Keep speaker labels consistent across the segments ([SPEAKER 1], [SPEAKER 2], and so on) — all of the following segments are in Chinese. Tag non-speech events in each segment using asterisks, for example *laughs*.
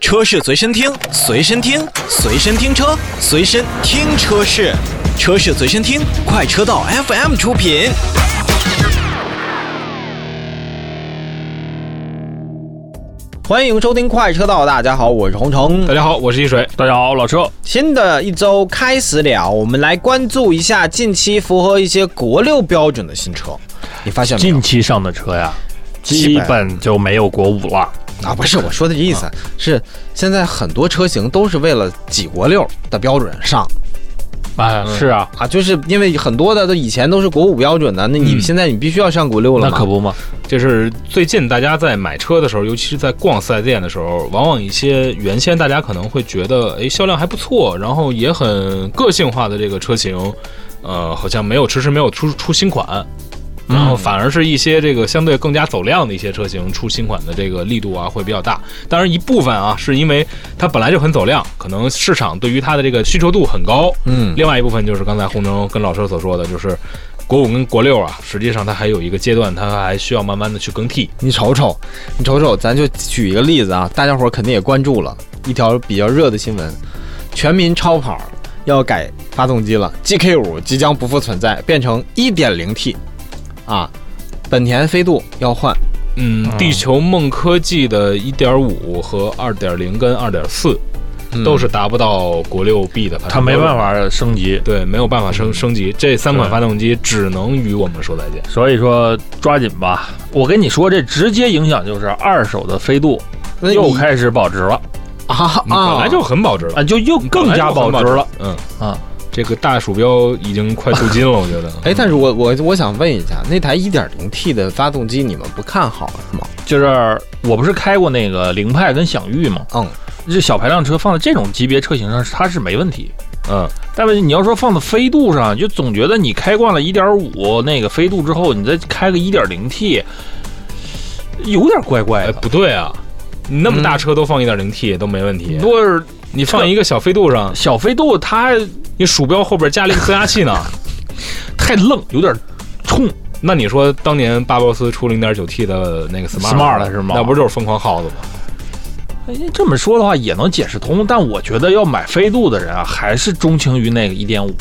[SPEAKER 1] 车市随身听，随身听，随身听车，随身听车市，车市随身听，快车道 FM 出品。欢迎收听快车道，大家好，我是红城。
[SPEAKER 2] 大家好，我是一水。大家好，老车。
[SPEAKER 1] 新的一周开始了，我们来关注一下近期符合一些国六标准的新车。你发现没有？
[SPEAKER 2] 近期上的车呀，
[SPEAKER 1] 基
[SPEAKER 2] 基
[SPEAKER 1] 本
[SPEAKER 2] 本就没有国五了。
[SPEAKER 1] 啊，不是我说的意思，是现在很多车型都是为了挤国六的标准上
[SPEAKER 2] 啊，是啊，
[SPEAKER 1] 啊，就是因为很多的都以前都是国五标准的，那你
[SPEAKER 2] 嗯
[SPEAKER 1] 现在你必须要上国六了
[SPEAKER 2] 那
[SPEAKER 1] 嘛？
[SPEAKER 2] 可不嘛。
[SPEAKER 3] 就是最近大家在买车的时候，尤其是在逛四 S 店的时候，往往一些原先大家可能会觉得，哎，销量还不错，然后也很个性化的这个车型，呃，好像没有迟迟没有出出新款，然
[SPEAKER 2] 嗯
[SPEAKER 3] 后反而是一些这个相对更加走量的一些车型出新款的这个力度啊会比较大。当然一部分啊是因为它本来就很走量，可能市场对于它的这个需求度很高，
[SPEAKER 1] 嗯，
[SPEAKER 3] 另外一部分就是刚才洪征跟老师所说的，就是国五跟国六啊，实际上它还有一个阶段，它还需要慢慢的去更替。
[SPEAKER 1] 你瞅瞅，你瞅瞅，咱就举一个例子啊，大家伙儿肯定也关注了一条比较热的新闻：全民超跑要改发动机了，GK 五即将不复存在，变成 1.0T 啊，本田飞度要换。
[SPEAKER 3] 嗯，地球梦科技的1.5和2.0跟2.4、都
[SPEAKER 1] 嗯
[SPEAKER 3] 是达不到国六 B 的排
[SPEAKER 2] 嗯它
[SPEAKER 3] 放标
[SPEAKER 2] 没
[SPEAKER 3] 准，
[SPEAKER 2] 办法升级，
[SPEAKER 3] 对，没有办法升升级，这三款
[SPEAKER 2] 对
[SPEAKER 3] 发动机只能与我们说再见。
[SPEAKER 2] 所以说抓紧吧。我跟你说，这直接影响就是二手的飞度
[SPEAKER 1] 那
[SPEAKER 2] 又
[SPEAKER 1] 你
[SPEAKER 2] 开始保值了
[SPEAKER 1] 啊
[SPEAKER 3] 你
[SPEAKER 1] 啊，
[SPEAKER 3] 本来就很保值了，
[SPEAKER 2] 啊，就又更加保值了。
[SPEAKER 3] 嗯
[SPEAKER 2] 啊，
[SPEAKER 3] 这个大鼠标已经快镀金了，我
[SPEAKER 2] *laughs*
[SPEAKER 3] 觉得。
[SPEAKER 1] 哎，但是我我我想问一下，那台 1.0T 的发动机你们不看好是吗？
[SPEAKER 2] 就是我不是开过那个凌派跟享域吗？
[SPEAKER 1] 嗯，
[SPEAKER 2] 这小排量车放在这种级别车型上，它是没问题。
[SPEAKER 3] 嗯，
[SPEAKER 2] 但是你要说放到飞度上，就总觉得你开惯了1.5那个飞度之后，你再开个 1.0T，有点怪怪
[SPEAKER 3] 哎，
[SPEAKER 2] 的。
[SPEAKER 3] 不对啊，你那么大车都放 1.0T
[SPEAKER 2] 嗯
[SPEAKER 3] 都没问题，
[SPEAKER 2] 如果是
[SPEAKER 3] 你放一个小飞度上，
[SPEAKER 2] 小飞度，它
[SPEAKER 3] 你鼠标后边加了一个增压器
[SPEAKER 2] *laughs*
[SPEAKER 3] 呢，
[SPEAKER 2] 太愣，有点冲。
[SPEAKER 3] 那你说当年巴博斯出零点九 T 的那个 Smart
[SPEAKER 2] Smart 是吗
[SPEAKER 3] 那不就是疯狂耗子
[SPEAKER 2] *laughs*
[SPEAKER 3] 吗？
[SPEAKER 2] 哎，这么说的话也能解释通，但我觉得要买飞度的人啊，还是钟情于那个1.5。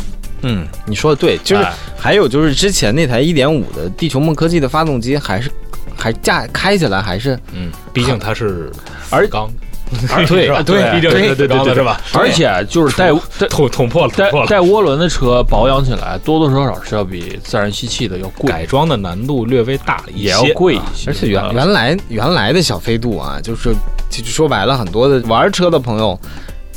[SPEAKER 1] 嗯，你说的对，就是
[SPEAKER 2] 哎
[SPEAKER 1] 还有就是之前那台1.5的地球梦科技的发动机还是还架开起来还是
[SPEAKER 3] 嗯，毕竟它是
[SPEAKER 2] 而
[SPEAKER 3] 刚，
[SPEAKER 2] 而
[SPEAKER 3] 对
[SPEAKER 2] 啊
[SPEAKER 3] 对，毕竟
[SPEAKER 2] *laughs*
[SPEAKER 3] *laughs*
[SPEAKER 2] 对
[SPEAKER 3] 是
[SPEAKER 2] 对
[SPEAKER 3] 钢
[SPEAKER 2] 对
[SPEAKER 3] 的是吧？
[SPEAKER 2] 而且就是带带
[SPEAKER 3] 捅捅破了，捅
[SPEAKER 2] 带
[SPEAKER 3] 破了。
[SPEAKER 2] 带涡轮的车保养起来多多少少是要比自然吸气的要贵，
[SPEAKER 3] 改装的难度略微大了一些，
[SPEAKER 2] 也要贵一
[SPEAKER 3] 啊
[SPEAKER 2] 些。
[SPEAKER 1] 而且原
[SPEAKER 2] 啊
[SPEAKER 1] 原来原来的小飞度啊，就是就就说白了，很多的玩车的朋友，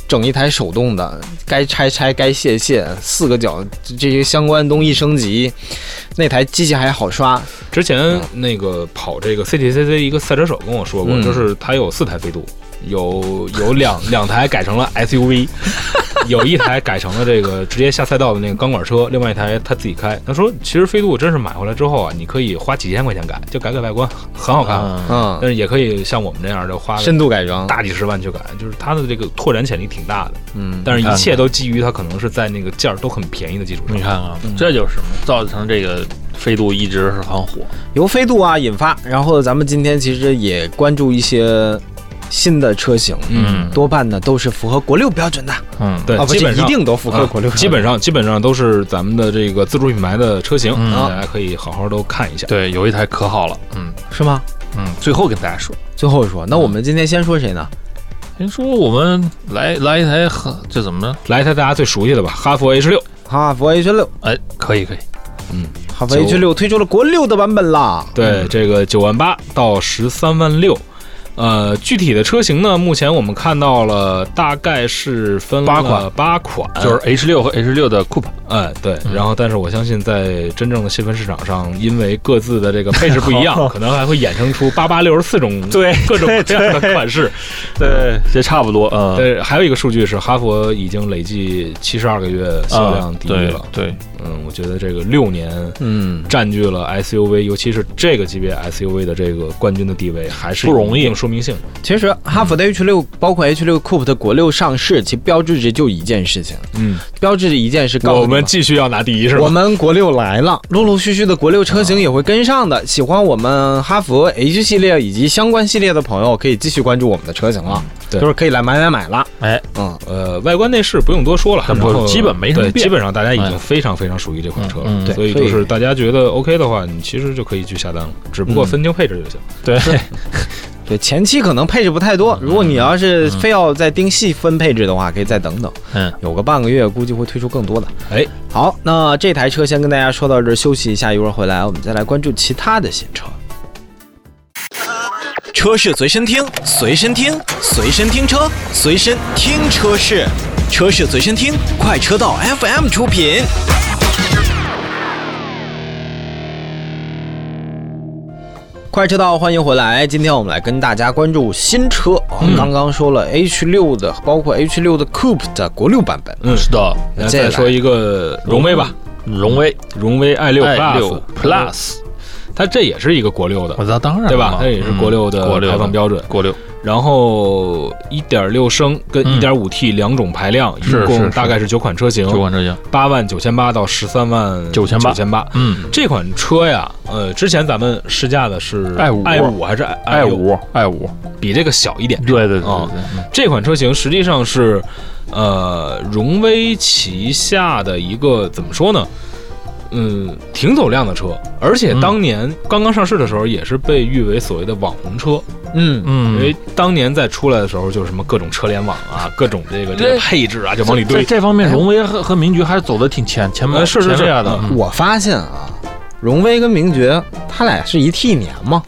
[SPEAKER 1] 整一台手动的，该拆拆该卸卸，四个角这这些相关东西升级，那台机器还好刷，
[SPEAKER 3] 之前那个跑这个 CTCC 一个赛车手跟我说过，
[SPEAKER 1] 嗯
[SPEAKER 3] 就是他有四台飞度，有有两 *laughs* 两台改成了 SUV，有一台改成了这个直接下赛道的那个钢管车，另外一台他自己开。他说，其实飞度真是买回来之后啊，你可以花几千块钱改，就改改外观，很好看。
[SPEAKER 2] 嗯，
[SPEAKER 1] 嗯，
[SPEAKER 3] 但是也可以像我们这样的花
[SPEAKER 1] 深度改装，
[SPEAKER 3] 大几十万去改，就是它的这个拓展潜力挺大的。
[SPEAKER 1] 嗯，
[SPEAKER 3] 但是
[SPEAKER 2] 看
[SPEAKER 3] 一
[SPEAKER 2] 看
[SPEAKER 3] 切都基于它可能是在那个件儿都很便宜的基础上。
[SPEAKER 2] 你看看，啊这就是嘛造成这个飞度一直是很火。
[SPEAKER 1] 由飞度啊引发，然后咱们今天其实也关注一些新的车型，
[SPEAKER 3] 嗯
[SPEAKER 1] 多半呢都是符合国六标准的，
[SPEAKER 2] 嗯，
[SPEAKER 3] 对，
[SPEAKER 1] 啊，不
[SPEAKER 3] 基
[SPEAKER 1] 是
[SPEAKER 3] 本
[SPEAKER 1] 一
[SPEAKER 3] 上
[SPEAKER 1] 定都符合
[SPEAKER 3] 啊
[SPEAKER 1] 国六标准，
[SPEAKER 3] 基本上基本上都是咱们的这个自主品牌的车型，
[SPEAKER 2] 嗯
[SPEAKER 3] 大家可以好好都看一下。
[SPEAKER 2] 对，有一台可好了。嗯
[SPEAKER 1] 是吗？
[SPEAKER 2] 嗯，最后跟大家说，
[SPEAKER 1] 最后说，那我们今天先说谁呢？
[SPEAKER 2] 您说我们来来一台很这怎么着？
[SPEAKER 3] 来一台大家最熟悉的吧，哈弗 H 六，
[SPEAKER 1] 哈弗 H 六，
[SPEAKER 2] 哎，可以可以，
[SPEAKER 1] 哈弗 H 六推出了国六的版本啦。
[SPEAKER 3] 对，
[SPEAKER 2] 嗯
[SPEAKER 3] 这个九万八到十三万六。呃，具体的车型呢，目前我们看到了，大概是分
[SPEAKER 2] 八
[SPEAKER 3] 了
[SPEAKER 2] 款，
[SPEAKER 3] 八款，
[SPEAKER 2] 就是 H 六和 H 六的 Coupe，
[SPEAKER 3] 哎，对，
[SPEAKER 2] 嗯
[SPEAKER 3] 然后但是我相信，在真正的细分市场上，因为各自的这个配置不一
[SPEAKER 2] *laughs*
[SPEAKER 3] 样，可能还会衍生出八八六十四种
[SPEAKER 2] 对
[SPEAKER 3] 各种各样的款式。
[SPEAKER 2] 对，这差不多。嗯，
[SPEAKER 3] 呃，还有一个数据是，哈佛已经累计七十二个月销量第一
[SPEAKER 2] 对
[SPEAKER 3] 了。
[SPEAKER 2] 啊对，
[SPEAKER 3] 嗯，我觉得这个六年
[SPEAKER 1] 嗯，
[SPEAKER 3] 占据了 SUV，尤其是这个级别 SUV 的这个冠军的地位，还是
[SPEAKER 2] 不容
[SPEAKER 3] 有
[SPEAKER 2] 易
[SPEAKER 3] 一定说明性。
[SPEAKER 1] 其实哈弗的 H 六包括 H 六 Coupe 的国六上市，其标志着就一件事情，
[SPEAKER 3] 嗯，
[SPEAKER 1] 标志着一件事告诉
[SPEAKER 3] 我
[SPEAKER 1] 你
[SPEAKER 3] 们继续要拿第一是
[SPEAKER 1] 我
[SPEAKER 3] 吧？
[SPEAKER 1] 们国六来了，陆陆续续的国六车型也会跟上的。喜欢我们哈弗 H 系列以及相关系列的朋友，可以继续关注我们的车型了，
[SPEAKER 3] 对
[SPEAKER 1] 就是可以来买买买了。
[SPEAKER 2] 哎，
[SPEAKER 1] 嗯，
[SPEAKER 3] 呃，外观内饰不用多说了，
[SPEAKER 2] 那不
[SPEAKER 3] 然后
[SPEAKER 2] 基本没什么
[SPEAKER 3] 对，
[SPEAKER 2] 变
[SPEAKER 3] 基本上大家已
[SPEAKER 2] 哎
[SPEAKER 3] 经非常非常熟悉这款车了，
[SPEAKER 2] 嗯嗯对
[SPEAKER 3] 所以
[SPEAKER 1] 所以
[SPEAKER 3] 就是大家觉得 OK 的话，你其实就可以去下单了，只不过
[SPEAKER 1] 嗯
[SPEAKER 3] 分清配置就行。
[SPEAKER 2] 对， *laughs*
[SPEAKER 1] 对，前期可能配置不太
[SPEAKER 4] 嗯
[SPEAKER 1] 多，如果你要是非要再盯细分配置的话，可以再等等，
[SPEAKER 2] 嗯，
[SPEAKER 1] 有个半个月，估计会推出更多的。
[SPEAKER 3] 哎，
[SPEAKER 1] 好，那这台车先跟大家说到这儿，休息一下，一会儿回来我们再来关注其他的新车。
[SPEAKER 4] 车是随身听，随身听，随身听车，随身听车是，车是随身听，快车道 FM 出品。
[SPEAKER 1] 快车道，欢迎回来。今天我们来跟大家关注新车啊，
[SPEAKER 2] 嗯
[SPEAKER 1] 刚刚说了 H 六的，包括 H 六的 Coupe 的国六版本，
[SPEAKER 3] 嗯，
[SPEAKER 2] 是的，
[SPEAKER 1] 那
[SPEAKER 3] 那
[SPEAKER 1] 再
[SPEAKER 3] 再说一个荣威吧，
[SPEAKER 2] 荣威
[SPEAKER 3] 荣威 i 六
[SPEAKER 2] i
[SPEAKER 3] Plus，
[SPEAKER 2] 哎六 Plus，
[SPEAKER 3] 它这也是一个国六的
[SPEAKER 2] 我，操，当然
[SPEAKER 3] 对
[SPEAKER 2] 了
[SPEAKER 3] 吧？它也是国六
[SPEAKER 2] 嗯国
[SPEAKER 3] 的
[SPEAKER 2] 六
[SPEAKER 3] 排放标准。
[SPEAKER 2] 国六，
[SPEAKER 3] 然后1.6升跟
[SPEAKER 2] 嗯
[SPEAKER 3] 1.5T 两种排量，
[SPEAKER 2] 是
[SPEAKER 3] 一
[SPEAKER 2] 是
[SPEAKER 3] 共
[SPEAKER 2] 是
[SPEAKER 3] 大概是九款车型，
[SPEAKER 2] 九款车型，
[SPEAKER 3] 八万九千八到十三万
[SPEAKER 2] 9800
[SPEAKER 3] 九千八。
[SPEAKER 2] 嗯
[SPEAKER 3] 这款车呀，呃，之前咱们试驾的是
[SPEAKER 2] i5
[SPEAKER 3] i 五还是 i
[SPEAKER 2] ，i 五 i 五，
[SPEAKER 3] 比这个小一点。
[SPEAKER 2] 哎对对对
[SPEAKER 3] 哦
[SPEAKER 2] 对，嗯
[SPEAKER 3] 这款车型实际上是，呃，荣威旗下的一个怎么说呢？嗯，挺走量的车，而且
[SPEAKER 2] 嗯
[SPEAKER 3] 当年刚刚上市的时候，也是被誉为所谓的网红车，
[SPEAKER 1] 嗯，
[SPEAKER 2] 嗯，
[SPEAKER 3] 因为当年在出来的时候，就是什么各种车联网啊，各种这个这个
[SPEAKER 2] 对
[SPEAKER 3] 配置啊，就往里堆
[SPEAKER 2] 在。这方面，荣威和和名爵还是走的挺前前面
[SPEAKER 3] 呃是是是
[SPEAKER 2] 前列的，嗯
[SPEAKER 1] 我发现啊，荣威跟名爵，它俩是一 T 年吗？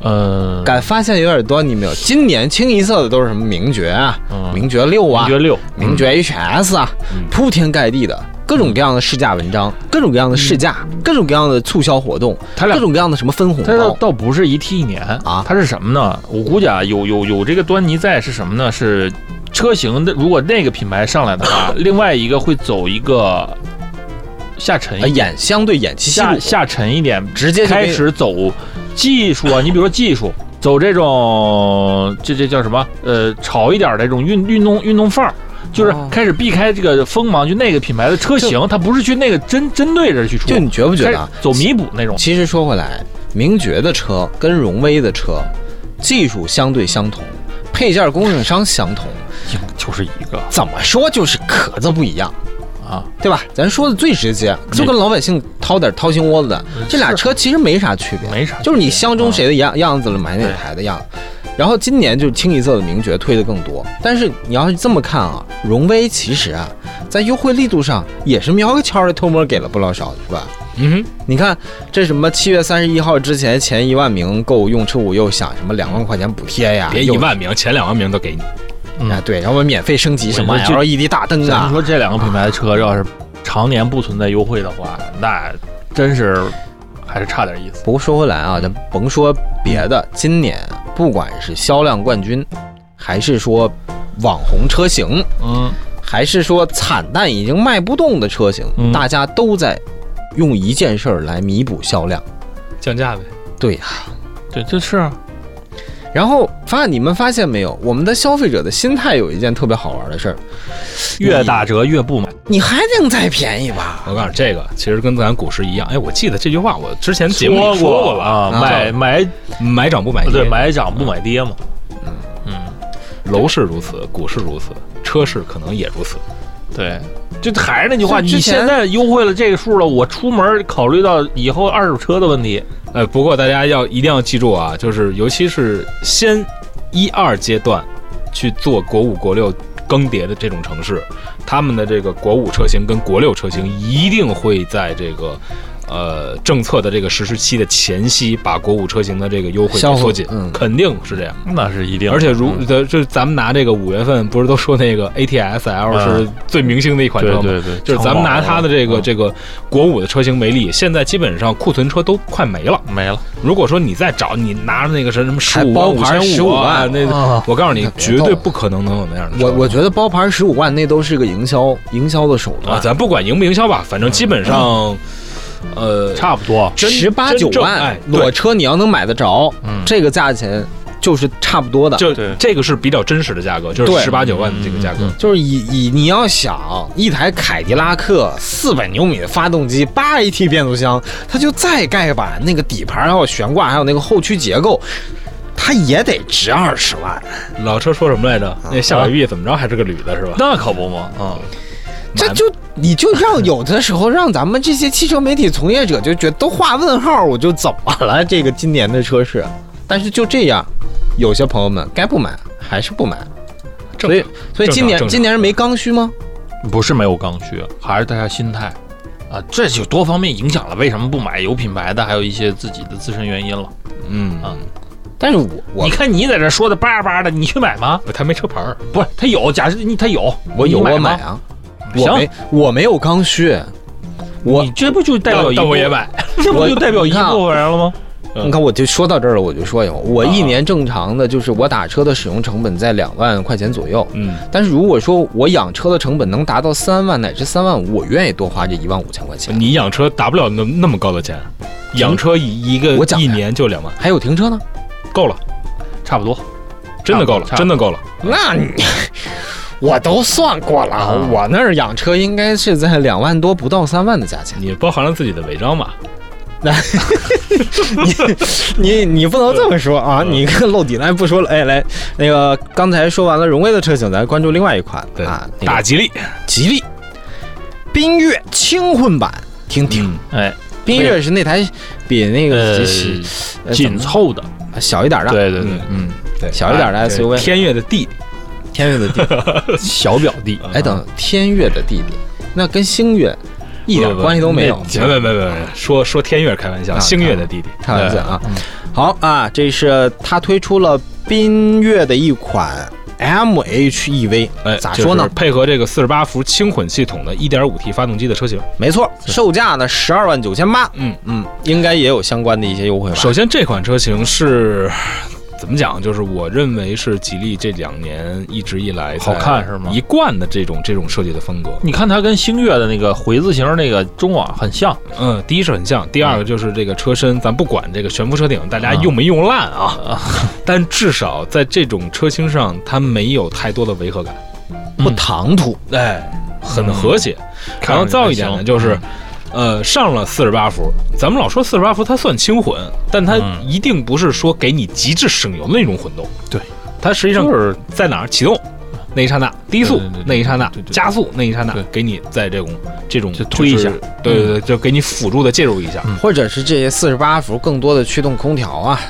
[SPEAKER 2] 呃，
[SPEAKER 1] 敢发现有点多，你没有？今年清一色的都是什么名爵啊，
[SPEAKER 2] 嗯
[SPEAKER 1] 名爵六啊
[SPEAKER 2] 名，爵六，嗯
[SPEAKER 1] 名爵 HS 啊，铺天盖地的各种各样的试驾文章，
[SPEAKER 2] 嗯
[SPEAKER 1] 各种各样的试驾，各种各样的促销活动，
[SPEAKER 2] 他俩
[SPEAKER 1] 各种各样的什么分红
[SPEAKER 2] 嗯它倒
[SPEAKER 1] 包，
[SPEAKER 2] 倒不是一 T 一年
[SPEAKER 1] 啊
[SPEAKER 2] 它是什么呢？我估计啊，有有有这个端倪在是什么呢？是车型的，如果那个品牌上来的
[SPEAKER 1] *laughs*
[SPEAKER 2] 话，另外一个会走一个下沉
[SPEAKER 1] 呃
[SPEAKER 2] 一点，
[SPEAKER 1] 演相对演七
[SPEAKER 2] 下下沉一点，
[SPEAKER 1] 直接就嗯
[SPEAKER 2] 开
[SPEAKER 1] 给
[SPEAKER 2] 始走技术啊，你比如说技术。走这种这这叫什么？呃，潮一点的这种运运动运动范儿，就是
[SPEAKER 1] 哦
[SPEAKER 2] 开始避开这个锋芒，就那个品牌的车型，它不是去那个针针对着去出，
[SPEAKER 1] 就你觉不觉
[SPEAKER 2] 开
[SPEAKER 1] 得
[SPEAKER 2] 始
[SPEAKER 1] 啊？
[SPEAKER 2] 走弥补那种？
[SPEAKER 1] 其实说回来，名爵的车跟荣威的车技术相对相同，配件供应商相同，
[SPEAKER 2] 就是一个
[SPEAKER 1] 怎么说就是壳子不一样，
[SPEAKER 2] 啊，
[SPEAKER 1] 对吧？咱说的最直接，就跟老百姓掏点掏心窝子的，这俩车其实没啥区别，
[SPEAKER 2] 嗯没啥区别
[SPEAKER 1] 就是你相中谁的样样子了，买哪台的样子。然后今年就清一色的名爵推的更多，但是你要是这么看啊，荣威其实啊，在优惠力度上也是瞄个悄儿的偷摸给了不老少，是吧？
[SPEAKER 3] 嗯
[SPEAKER 1] 你看这什么七月三十一号之前前一万名购用车主又享什么两万块钱补贴呀？
[SPEAKER 2] 哎
[SPEAKER 3] 哼，别
[SPEAKER 1] 又
[SPEAKER 3] 一万名，前两万名都给你。
[SPEAKER 1] 啊，对，然后免费升级什么
[SPEAKER 2] 我就
[SPEAKER 1] LED 大灯
[SPEAKER 2] 咱们
[SPEAKER 1] 啊，
[SPEAKER 2] 说这两个品牌的车要是常年不存在优惠的话，那真是还是差点意思。
[SPEAKER 1] 不过说回来啊，咱甭说别的，今年不管是销量冠军，还是说网红车型，
[SPEAKER 2] 嗯，
[SPEAKER 1] 还是说惨淡已经卖不动的车型，
[SPEAKER 2] 嗯
[SPEAKER 1] 大家都在用一件事儿来弥补销量。
[SPEAKER 3] 降价呗。
[SPEAKER 1] 对呀、
[SPEAKER 2] 对，这是啊
[SPEAKER 1] 然后发你们发现没有，我们的消费者的心态有一件特别好玩的事儿，
[SPEAKER 2] 越打折越不买。
[SPEAKER 1] 你还能再便宜吧？
[SPEAKER 3] 我告诉你，这个其实跟咱股市一样。哎，我记得这句话，我之前节目里
[SPEAKER 2] 说
[SPEAKER 3] 过
[SPEAKER 2] 了啊，
[SPEAKER 1] 啊
[SPEAKER 2] 买买
[SPEAKER 3] 买涨不买跌，
[SPEAKER 2] 对买涨不买跌嘛。嗯
[SPEAKER 3] 楼市如此，股市如此，车市可能也如此。
[SPEAKER 2] 对，就还是那句话，
[SPEAKER 1] 就
[SPEAKER 2] 你
[SPEAKER 1] 之前
[SPEAKER 2] 现在优惠了这个数了，我出门考虑到以后二手车的问题。
[SPEAKER 3] 呃，不过大家要一定要记住啊，就是尤其是先一二阶段去做国五、国六更迭的这种城市，他们的这个国五车型跟国六车型一定会在这个呃政策的这个实施期的前夕，把国五车型的这个优惠
[SPEAKER 1] 消
[SPEAKER 3] 给
[SPEAKER 1] 费
[SPEAKER 3] 缩紧，
[SPEAKER 1] 嗯
[SPEAKER 3] 肯定是这样。
[SPEAKER 2] 那是一定的。嗯
[SPEAKER 3] 而且如的就咱们拿这个五月份不是都说那个 ATS-L
[SPEAKER 2] 嗯
[SPEAKER 3] 是最明星的一款
[SPEAKER 2] 对
[SPEAKER 3] 车吗？
[SPEAKER 2] 对对，
[SPEAKER 3] 就是咱们拿它的这个
[SPEAKER 2] 嗯
[SPEAKER 3] 这个国五的车型为例，现在基本上库存车都快没了。
[SPEAKER 2] 没了，
[SPEAKER 3] 如果说你再找你拿着那个什么十
[SPEAKER 1] 还
[SPEAKER 3] 五
[SPEAKER 1] 包
[SPEAKER 3] 万、五
[SPEAKER 1] 牌
[SPEAKER 3] 千
[SPEAKER 1] 15
[SPEAKER 3] 啊，
[SPEAKER 1] 万
[SPEAKER 3] 那
[SPEAKER 1] 啊
[SPEAKER 3] 我告诉你
[SPEAKER 1] 那，别
[SPEAKER 3] 绝
[SPEAKER 1] 动
[SPEAKER 3] 对
[SPEAKER 1] 了
[SPEAKER 3] 不可能能有那样的车。
[SPEAKER 1] 我我觉得包牌十五万那都是个营销营销的手
[SPEAKER 3] 啊，
[SPEAKER 1] 段，
[SPEAKER 3] 咱不管营不营销吧，反正基本上，
[SPEAKER 1] 嗯
[SPEAKER 3] 呃，
[SPEAKER 2] 差不多。
[SPEAKER 3] 真
[SPEAKER 1] 十八
[SPEAKER 3] 真
[SPEAKER 1] 九
[SPEAKER 3] 正
[SPEAKER 1] 万
[SPEAKER 3] 哎对
[SPEAKER 1] 裸车你要能买得着，
[SPEAKER 2] 嗯
[SPEAKER 1] 这个价钱就是差不多的。
[SPEAKER 3] 就
[SPEAKER 2] 对
[SPEAKER 3] 这个是比较真实的价格，就是
[SPEAKER 1] 对
[SPEAKER 3] 十八九万的这个价格。
[SPEAKER 2] 嗯
[SPEAKER 1] 就是以以你要想一台凯迪拉克四百牛米的发动机，八 AT 变速箱，它就再盖板、那个底盘、还有悬挂、还有那个后驱结构，它也得值二十万。
[SPEAKER 3] 老车说什么来着？
[SPEAKER 1] 啊
[SPEAKER 3] 那夏威夷怎么着还是个铝的，是吧？
[SPEAKER 2] 那可不嘛，
[SPEAKER 3] 啊，
[SPEAKER 1] 这就你就
[SPEAKER 3] *laughs*
[SPEAKER 1] 让有的时候让咱们这些汽车媒体从业者就觉得都画问号，我就怎么了？这个今年的车市，但是就这样，有些朋友们该不买还是不买，
[SPEAKER 3] 正
[SPEAKER 1] 所以所以今年
[SPEAKER 3] 正常
[SPEAKER 1] 今年是没刚需吗？
[SPEAKER 2] 不是没有刚需，还是大家心态啊，这就多方面影响了。为什么不买有品牌的，还有一些自己的自身原因了。
[SPEAKER 3] 嗯
[SPEAKER 2] 啊
[SPEAKER 1] 但是我我
[SPEAKER 2] 你看你在这说的叭叭的，你去买吗？
[SPEAKER 3] 不，他没车牌儿，
[SPEAKER 2] 不是，他有，假设你他有，
[SPEAKER 1] 我有我
[SPEAKER 2] 你买
[SPEAKER 1] 买
[SPEAKER 2] 吗。
[SPEAKER 1] 啊，我
[SPEAKER 2] 行
[SPEAKER 1] 没，我没有刚需，我
[SPEAKER 2] 你这不就代表
[SPEAKER 3] 但
[SPEAKER 2] 一
[SPEAKER 3] 但
[SPEAKER 2] 部
[SPEAKER 3] 我也，买。
[SPEAKER 2] 这不
[SPEAKER 1] 我
[SPEAKER 2] 就代表一
[SPEAKER 1] 你看啊
[SPEAKER 2] 部分人了吗？
[SPEAKER 3] 嗯
[SPEAKER 1] 你看，我就说到这儿了，我就说有，我
[SPEAKER 2] 啊
[SPEAKER 1] 一年正常的就是我打车的使用成本在两万块钱左右，
[SPEAKER 3] 嗯，
[SPEAKER 1] 但是如果说我养车的成本能达到三万乃至三万五，我愿意多花这一万五千块钱。
[SPEAKER 3] 你养车达不了那那么高的钱，养车一一个
[SPEAKER 1] 我讲
[SPEAKER 3] 一
[SPEAKER 1] 呀
[SPEAKER 3] 年就两万，
[SPEAKER 1] 还有停车呢，
[SPEAKER 3] 够了，
[SPEAKER 2] 差不多，
[SPEAKER 3] 真的够了，
[SPEAKER 2] 差不多
[SPEAKER 3] 真的够了。
[SPEAKER 1] 那你 *laughs* 我都算过了，
[SPEAKER 2] 啊
[SPEAKER 1] 我那儿养车应该是在两万多不到三万的价钱。
[SPEAKER 3] 你包含了自己的违章吧？
[SPEAKER 1] *laughs* 你你不能这么说啊！你看露底来不说了，哎，来那个刚才说完了荣威的车型，咱关注另外一款
[SPEAKER 3] 对
[SPEAKER 1] 啊，那个
[SPEAKER 3] 大吉利，
[SPEAKER 1] 吉利缤越轻混版，听听。
[SPEAKER 3] 嗯，
[SPEAKER 2] 哎，
[SPEAKER 1] 缤越是那台比那个
[SPEAKER 3] 哎
[SPEAKER 1] 小
[SPEAKER 2] 呃，
[SPEAKER 1] 呃怎
[SPEAKER 2] 紧
[SPEAKER 1] 么
[SPEAKER 2] 凑的，
[SPEAKER 1] 小一点啊的，
[SPEAKER 2] 对对对，嗯，
[SPEAKER 3] 对，
[SPEAKER 1] 小一点的
[SPEAKER 3] 哎
[SPEAKER 1] SUV
[SPEAKER 3] 对天悦的 D，
[SPEAKER 1] 天悦的弟弟。
[SPEAKER 2] 小表
[SPEAKER 3] *laughs*
[SPEAKER 2] 弟，
[SPEAKER 3] 啊
[SPEAKER 1] 哎，等天悦的弟弟，那跟星越一点关系都没有
[SPEAKER 3] 那。没没没没没，说说天悦开玩笑，
[SPEAKER 1] 啊
[SPEAKER 3] 星越的弟弟，
[SPEAKER 1] 开玩笑啊
[SPEAKER 2] 嗯！
[SPEAKER 1] 好啊，这是他推出了缤越的一款 E MHEV，
[SPEAKER 3] 哎，
[SPEAKER 1] 咋
[SPEAKER 3] 就是
[SPEAKER 1] 说呢？
[SPEAKER 3] 配合这个四十八伏轻混系统的 1.5T 发动机的车型，
[SPEAKER 1] 没错，售价呢十二万九千八，
[SPEAKER 3] 嗯
[SPEAKER 1] 嗯，应该也有相关的一些优惠吧？
[SPEAKER 3] 首先这款车型是。怎么讲？就是我认为是吉利这两年一直以来
[SPEAKER 2] 好
[SPEAKER 3] 在
[SPEAKER 2] 看是吗
[SPEAKER 3] 一贯的这种这种设计的风格。
[SPEAKER 2] 你看它跟星越的那个回字形那个中网很像，
[SPEAKER 3] 嗯，第一是很像，第二个就是这个车身，咱不管这个悬浮车顶大家
[SPEAKER 2] 嗯
[SPEAKER 3] 用没用烂啊， *laughs* 但至少在这种车型上，它没有太多的违和感，
[SPEAKER 1] 不唐突，
[SPEAKER 3] 哎，很和谐。
[SPEAKER 2] 嗯看
[SPEAKER 3] 然后
[SPEAKER 2] 着
[SPEAKER 3] 再有一
[SPEAKER 2] 就
[SPEAKER 3] 点呢，
[SPEAKER 2] 行嗯
[SPEAKER 3] 就是，呃，上了四十八伏，咱们老说四十八伏它算轻混，但它
[SPEAKER 2] 嗯
[SPEAKER 3] 一定不是说给你极致省油的那种混动。
[SPEAKER 2] 对，
[SPEAKER 3] 它实际上
[SPEAKER 2] 就是
[SPEAKER 3] 在哪儿启动那一刹那，低速
[SPEAKER 2] 对对对对
[SPEAKER 3] 那一刹那
[SPEAKER 2] 对对，对
[SPEAKER 3] 加速那一刹那
[SPEAKER 2] 对，
[SPEAKER 3] 给你在这种这种
[SPEAKER 2] 就推一
[SPEAKER 3] 是
[SPEAKER 2] 下嗯
[SPEAKER 3] 对对对，就给你辅助的介入一下。
[SPEAKER 1] 或者是这些四十八伏更多的驱动空调啊、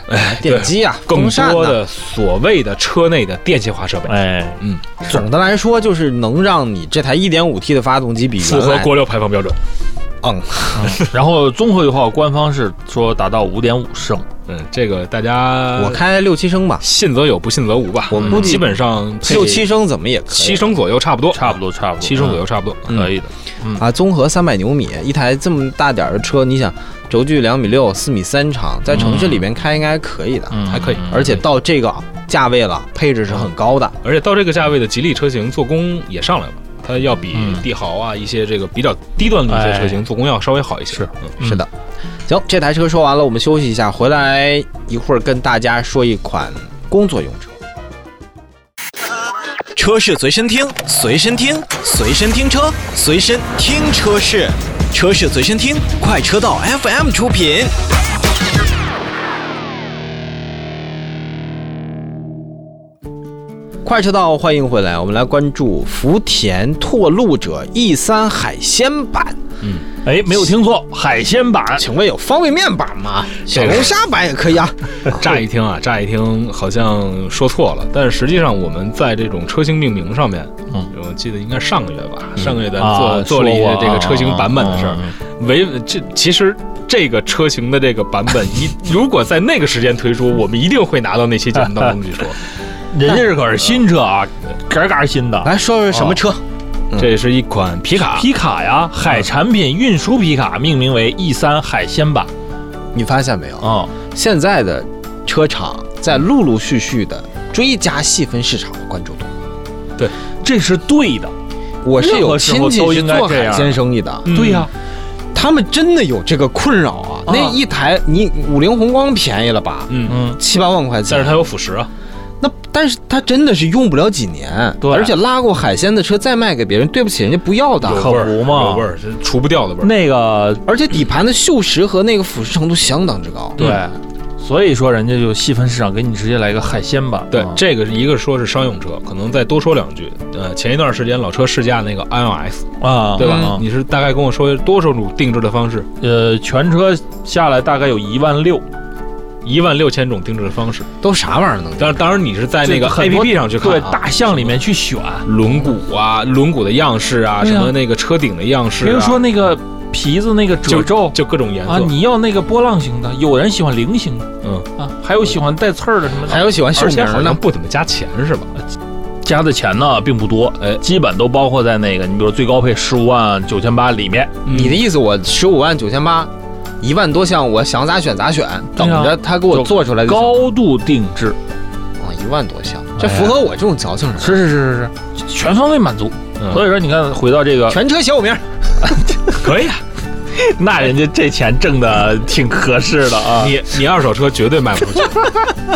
[SPEAKER 1] 电机啊、
[SPEAKER 3] 哎更
[SPEAKER 1] 风扇
[SPEAKER 3] 多
[SPEAKER 1] 呐
[SPEAKER 3] 的所谓的车内的电气化设备，
[SPEAKER 2] 哎，
[SPEAKER 1] 总的来说，就是能让你这台 1.5T 的发动机比
[SPEAKER 3] 符
[SPEAKER 1] 原
[SPEAKER 3] 合
[SPEAKER 1] 来
[SPEAKER 3] 国六排放标准。
[SPEAKER 1] 嗯，
[SPEAKER 2] 然后综合优化，官方是说达到五点五升，
[SPEAKER 3] 嗯，这个大家
[SPEAKER 1] 我开六七升吧，
[SPEAKER 3] 信则有，不信则无吧。嗯
[SPEAKER 1] 我估计
[SPEAKER 3] 基本上配
[SPEAKER 1] 六七升怎么也可以
[SPEAKER 3] 七升左右差不多，嗯
[SPEAKER 2] 差不多差不多
[SPEAKER 3] 七升左右差不多。
[SPEAKER 2] 嗯可以的，
[SPEAKER 1] 啊，综合三百牛米，一台这么大点儿的车，你想轴距两米六，四米三长，在城
[SPEAKER 3] 嗯
[SPEAKER 1] 市里面开应该可以的，
[SPEAKER 2] 嗯，
[SPEAKER 3] 还可以
[SPEAKER 2] 嗯
[SPEAKER 1] 而且到这个价位了，配置是很高的。
[SPEAKER 3] 而且到这个价位的吉利车型做工也上来了，它要比
[SPEAKER 2] 嗯哎
[SPEAKER 3] 帝豪啊一些这个比较低端的一些车型做工要稍微好一些。
[SPEAKER 2] 是
[SPEAKER 3] 嗯，
[SPEAKER 2] 嗯
[SPEAKER 1] 是的，行，这台车说完了，我们休息一下，回来一会儿跟大家说一款工作用车。
[SPEAKER 4] 车是随身听，随身听，随身听车，随身听车是，车是随身听，快车道 FM 出品。
[SPEAKER 1] 快车道，欢迎回来，我们来关注福田拓路者 E 3海鲜版。
[SPEAKER 3] 嗯，
[SPEAKER 2] 哎，没有听错，海鲜版。
[SPEAKER 1] 请问有方便面版吗？小
[SPEAKER 3] 这个
[SPEAKER 1] 龙虾版也可以啊。
[SPEAKER 3] 乍一听
[SPEAKER 2] *laughs*
[SPEAKER 3] 啊，乍一听好像说错了，但是实际上我们在这种车型命名上面，
[SPEAKER 2] 嗯，
[SPEAKER 3] 我记得应该上个月吧，上个月咱做、
[SPEAKER 2] 啊，
[SPEAKER 3] 做了一些这个车型版本的事儿
[SPEAKER 2] 儿，，
[SPEAKER 3] 唯这其实这个车型的这个版
[SPEAKER 2] *laughs*
[SPEAKER 3] 本一如果在那个时间推出，我们一定会拿到那期节目当中去说。
[SPEAKER 2] 人家这可是新车啊，嘎嘎新的。
[SPEAKER 1] 来说说什么车？
[SPEAKER 3] 这是一款皮卡，
[SPEAKER 2] 嗯皮卡呀，海产品运输皮卡命名为 E 三海鲜版
[SPEAKER 1] 你发现没有？
[SPEAKER 2] 啊，
[SPEAKER 3] 哦
[SPEAKER 1] 现在的车厂在陆陆续续的追加细分市场的关注度。
[SPEAKER 2] 这是对的。
[SPEAKER 1] 我是
[SPEAKER 2] 任
[SPEAKER 1] 有
[SPEAKER 2] 何时
[SPEAKER 1] 亲
[SPEAKER 2] 候
[SPEAKER 1] 戚
[SPEAKER 2] 都
[SPEAKER 1] 是
[SPEAKER 2] 应该
[SPEAKER 1] 做
[SPEAKER 2] 这
[SPEAKER 1] 海
[SPEAKER 2] 样
[SPEAKER 1] 鲜生意的，
[SPEAKER 3] 嗯
[SPEAKER 2] 对呀，
[SPEAKER 1] 他们真的有这个困扰啊。
[SPEAKER 2] 啊
[SPEAKER 1] 那一台你五菱宏光便宜了吧？
[SPEAKER 3] 嗯，
[SPEAKER 2] 嗯，
[SPEAKER 1] 七八万块
[SPEAKER 3] 但
[SPEAKER 1] 钱
[SPEAKER 3] 是，它有腐蚀啊，
[SPEAKER 1] 那但是它真的是用不了几年，
[SPEAKER 2] 对
[SPEAKER 1] 而且拉过海鲜的车再卖给别人，对不起，人家不要的。
[SPEAKER 2] 可
[SPEAKER 3] 有味儿
[SPEAKER 2] 不嗯嘛
[SPEAKER 3] 有味儿，是除不掉的味儿。
[SPEAKER 2] 那个
[SPEAKER 1] 而且底盘的锈蚀和那个腐蚀程度相当之高。
[SPEAKER 2] 对，嗯所以说人家就细分市场给你直接来个海鲜版。
[SPEAKER 3] 对
[SPEAKER 2] 啊，
[SPEAKER 3] 这个是一个说是商用车，可能再多说两句。呃，前一段时间老车试驾那个 iOS，
[SPEAKER 2] 啊，
[SPEAKER 3] 对吧？
[SPEAKER 2] 嗯
[SPEAKER 3] 你是大概跟我说多少种定制的方式？
[SPEAKER 2] 呃，全车下来大概有一万六，
[SPEAKER 3] 一万六千种定制的方式。
[SPEAKER 1] 都啥玩意儿能？
[SPEAKER 3] 当然，当然你是在那个
[SPEAKER 2] 这很多
[SPEAKER 3] APP 上去看、啊，
[SPEAKER 2] 对，大象里面去选。
[SPEAKER 3] 轮毂啊、轮毂的样式啊，
[SPEAKER 2] 对
[SPEAKER 3] 什
[SPEAKER 2] 啊
[SPEAKER 3] 么那个车顶的样式、
[SPEAKER 2] 比
[SPEAKER 3] 啊，
[SPEAKER 2] 如说那个皮子那个褶皱
[SPEAKER 3] 就各种颜色。
[SPEAKER 2] 啊，你要那个波浪形的，有人喜欢菱形的，
[SPEAKER 3] 嗯
[SPEAKER 2] 啊，还有喜欢带刺儿的什么的，
[SPEAKER 1] 还有喜欢秀
[SPEAKER 3] 而
[SPEAKER 1] 名
[SPEAKER 3] 且好
[SPEAKER 1] 儿
[SPEAKER 3] 像
[SPEAKER 1] 呢，
[SPEAKER 3] 不怎么加钱是吧？
[SPEAKER 2] 加的钱呢并不多，
[SPEAKER 3] 哎
[SPEAKER 2] 基本都包括在那个，你比如最高配十五万九千八里面，
[SPEAKER 1] 你的意思我十五万九千八，一万多项，我想咋选咋选，
[SPEAKER 2] 对
[SPEAKER 1] 等
[SPEAKER 2] 啊
[SPEAKER 1] 着他给我
[SPEAKER 2] 就
[SPEAKER 1] 做出来就行
[SPEAKER 2] 高度定制，
[SPEAKER 1] 啊，一万多项，这
[SPEAKER 2] 哎呀
[SPEAKER 1] 符合我这种矫情人。
[SPEAKER 2] 是是是是是，全方位满足。
[SPEAKER 3] 嗯
[SPEAKER 2] 所以说，你看回到这个，
[SPEAKER 1] 全车写我名儿，
[SPEAKER 3] 可以
[SPEAKER 2] *laughs*
[SPEAKER 3] 啊，
[SPEAKER 2] 那人家这钱挣的挺合适的啊。
[SPEAKER 3] 你你二手车绝对卖不
[SPEAKER 2] *laughs*
[SPEAKER 3] 出去。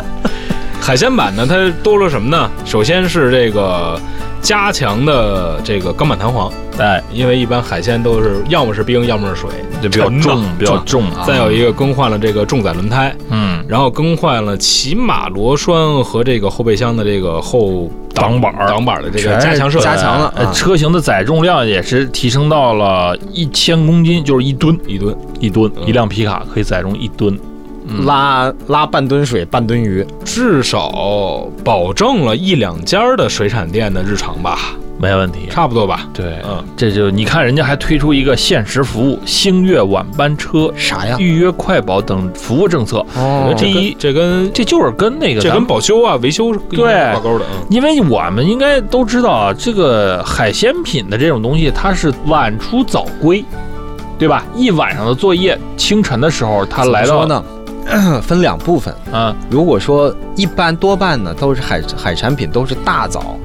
[SPEAKER 3] 海鲜版呢，它多了什么呢？首先是这个加强的这个钢板弹簧，
[SPEAKER 2] 哎，
[SPEAKER 3] 因为一般海鲜都是要么是冰，要么是水，
[SPEAKER 2] 就比较
[SPEAKER 3] 沉的
[SPEAKER 2] 重，比较重啊。
[SPEAKER 3] 再有一个更换了这个重载轮胎，
[SPEAKER 2] 嗯，
[SPEAKER 3] 然后更换了骑马螺栓和这个后备箱的这个后挡
[SPEAKER 2] 挡板儿
[SPEAKER 3] 挡板儿的这个
[SPEAKER 1] 全是
[SPEAKER 3] 加强设备，
[SPEAKER 1] 加强了
[SPEAKER 2] 呃
[SPEAKER 1] 啊，
[SPEAKER 2] 车型的载重量也是提升到了一千公斤，就是一吨，
[SPEAKER 3] 一吨。
[SPEAKER 2] 一吨，
[SPEAKER 3] 嗯
[SPEAKER 2] 一辆皮卡可以载重一吨。嗯
[SPEAKER 1] 拉拉半吨水，半吨鱼，
[SPEAKER 3] 至少保证了一两家儿的水产店的日常吧，
[SPEAKER 2] 没问题。
[SPEAKER 3] 差不多吧。
[SPEAKER 2] 对，
[SPEAKER 3] 嗯，
[SPEAKER 2] 这就你看，人家还推出一个限时服务——星月晚班车、
[SPEAKER 1] 啥呀？
[SPEAKER 2] 预约快保等服务政策。
[SPEAKER 1] 啊哦
[SPEAKER 3] 这
[SPEAKER 2] 这一
[SPEAKER 3] 跟这跟
[SPEAKER 2] 这就是跟那个
[SPEAKER 3] 这
[SPEAKER 2] 咱
[SPEAKER 3] 跟
[SPEAKER 2] 们，
[SPEAKER 3] 保修啊、维修是
[SPEAKER 2] 对
[SPEAKER 3] 挂钩的。嗯，
[SPEAKER 2] 因为我们应该都知道啊，这个海鲜品的这种东西，它是晚出早归，对吧？一晚上的作业，清晨的时候它
[SPEAKER 1] 怎么
[SPEAKER 2] 来到
[SPEAKER 1] 说，呢？ *clears throat* 分两部分，
[SPEAKER 2] 啊，
[SPEAKER 1] 如果说一般多半呢都是海海产品都是大早，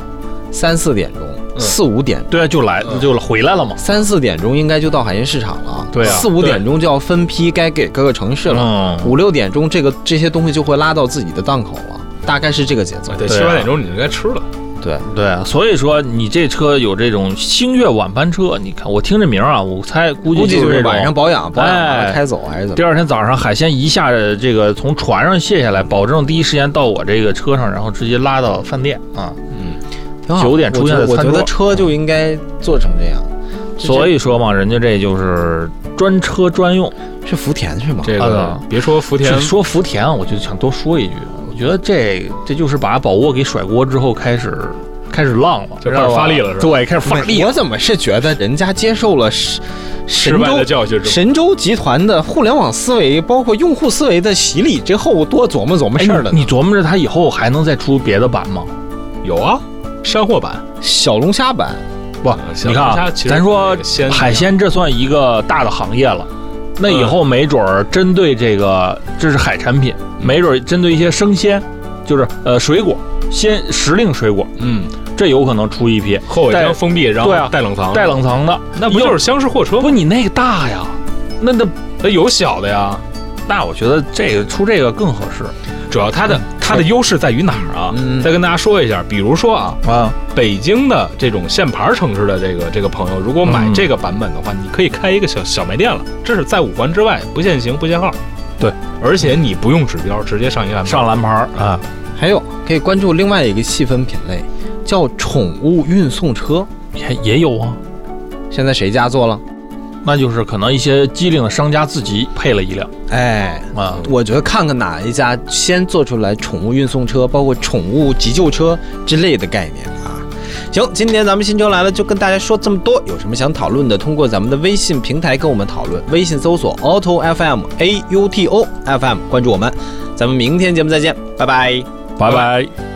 [SPEAKER 1] 三四点钟、
[SPEAKER 3] 嗯
[SPEAKER 1] 四五点
[SPEAKER 2] 对啊，就来就回来了嘛。
[SPEAKER 1] 三四点钟应该就到海鲜市场了，
[SPEAKER 2] 对啊
[SPEAKER 1] 四五点钟就要分批该给各个城市了，
[SPEAKER 2] 嗯，
[SPEAKER 1] 五六点钟这个这些东西就会拉到自己的档口了，大概是这个节奏。
[SPEAKER 3] 对，
[SPEAKER 2] 对啊
[SPEAKER 3] 七八点钟你就该吃了。
[SPEAKER 1] 对，
[SPEAKER 2] 对啊，所以说你这车有这种星月晚班车，你看我听这名儿啊，我猜估计
[SPEAKER 1] 估计
[SPEAKER 2] 就
[SPEAKER 1] 就是是
[SPEAKER 2] 这种
[SPEAKER 1] 晚上保养，保养完
[SPEAKER 2] 哎
[SPEAKER 1] 了开走还是怎么
[SPEAKER 2] 第？二天早上，海鲜一下这个从船上卸下来，保证第一时间到我这个车上，然后直接拉到饭店啊。
[SPEAKER 1] 挺好
[SPEAKER 2] 九点出现在
[SPEAKER 1] 我觉得
[SPEAKER 2] 餐
[SPEAKER 1] 我觉
[SPEAKER 2] 桌
[SPEAKER 1] 得车就应该做成这样。这
[SPEAKER 2] 所以说嘛，人家这就是专车专用。
[SPEAKER 1] 这是福田是吗？
[SPEAKER 3] 这
[SPEAKER 2] 啊
[SPEAKER 3] 个别说福田
[SPEAKER 2] 是，说福田啊，我就想多说一句，我觉得这这就是把宝沃给甩锅之后开始开始浪了，
[SPEAKER 3] 就开始发力了是吧
[SPEAKER 2] 对，开始发力了。
[SPEAKER 1] 我怎么是觉得人家接受了神
[SPEAKER 3] 失
[SPEAKER 1] 神
[SPEAKER 3] 败的
[SPEAKER 1] 州
[SPEAKER 3] 教训是吧？
[SPEAKER 1] 神州集团的互联网思维，包括用户思维的洗礼之后，多琢磨琢磨
[SPEAKER 2] 哎
[SPEAKER 1] 事儿了呢。
[SPEAKER 2] 你你琢磨着它以后还能再出别的版吗？
[SPEAKER 3] 有啊，山货版。
[SPEAKER 1] 小龙虾版
[SPEAKER 2] 不
[SPEAKER 3] 嗯，小
[SPEAKER 2] 你看
[SPEAKER 3] 龙
[SPEAKER 2] 啊
[SPEAKER 3] 虾，其实
[SPEAKER 2] 咱说
[SPEAKER 3] 那个鲜
[SPEAKER 2] 海鲜这算一个大的行业了，那以后没准儿针对这个，这是海产品，没准儿针对一些生鲜，就是呃水果，鲜时令水果，
[SPEAKER 3] 嗯，
[SPEAKER 2] 这有可能出一批
[SPEAKER 3] 后尾
[SPEAKER 2] 带
[SPEAKER 3] 箱封闭，然
[SPEAKER 2] 对啊
[SPEAKER 3] 后带冷藏，
[SPEAKER 2] 带，冷藏的，
[SPEAKER 3] 那不就是厢式货车
[SPEAKER 2] 嗯不
[SPEAKER 3] 吗？
[SPEAKER 2] 你那个大呀？那那
[SPEAKER 3] 它有小的呀，
[SPEAKER 2] 那我觉得这个出这个更合适
[SPEAKER 3] 主要它
[SPEAKER 2] 嗯
[SPEAKER 3] 的它的优势在于哪儿啊
[SPEAKER 1] 嗯？
[SPEAKER 3] 再跟大家说一下，比如说啊，
[SPEAKER 2] 啊。
[SPEAKER 3] 北京的这种限牌城市的这个这个朋友，如果买
[SPEAKER 2] 嗯
[SPEAKER 3] 这个版本的话，你可以开一个小小卖店了，这是在五环之外，不限行不限号。
[SPEAKER 2] 对，
[SPEAKER 3] 而且你不用指标，直接上一个
[SPEAKER 2] 上蓝牌儿啊，
[SPEAKER 1] 还有可以关注另外一个细分品类，叫宠物运送车。
[SPEAKER 2] 也也有啊，
[SPEAKER 1] 现在谁家做了？
[SPEAKER 2] 那就是可能一些机灵的商家自己配了一辆
[SPEAKER 1] 哎，
[SPEAKER 2] 啊，
[SPEAKER 1] 我觉得看看哪一家先做出来宠物运送车，包括宠物急救车之类的概念啊。行，今天咱们新车来了，就跟大家说这么多。有什么想讨论的，通过咱们的微信平台跟我们讨论，微信搜索 auto FM A U T O F M，关注我们。咱们明天节目再见，拜拜。
[SPEAKER 2] 拜拜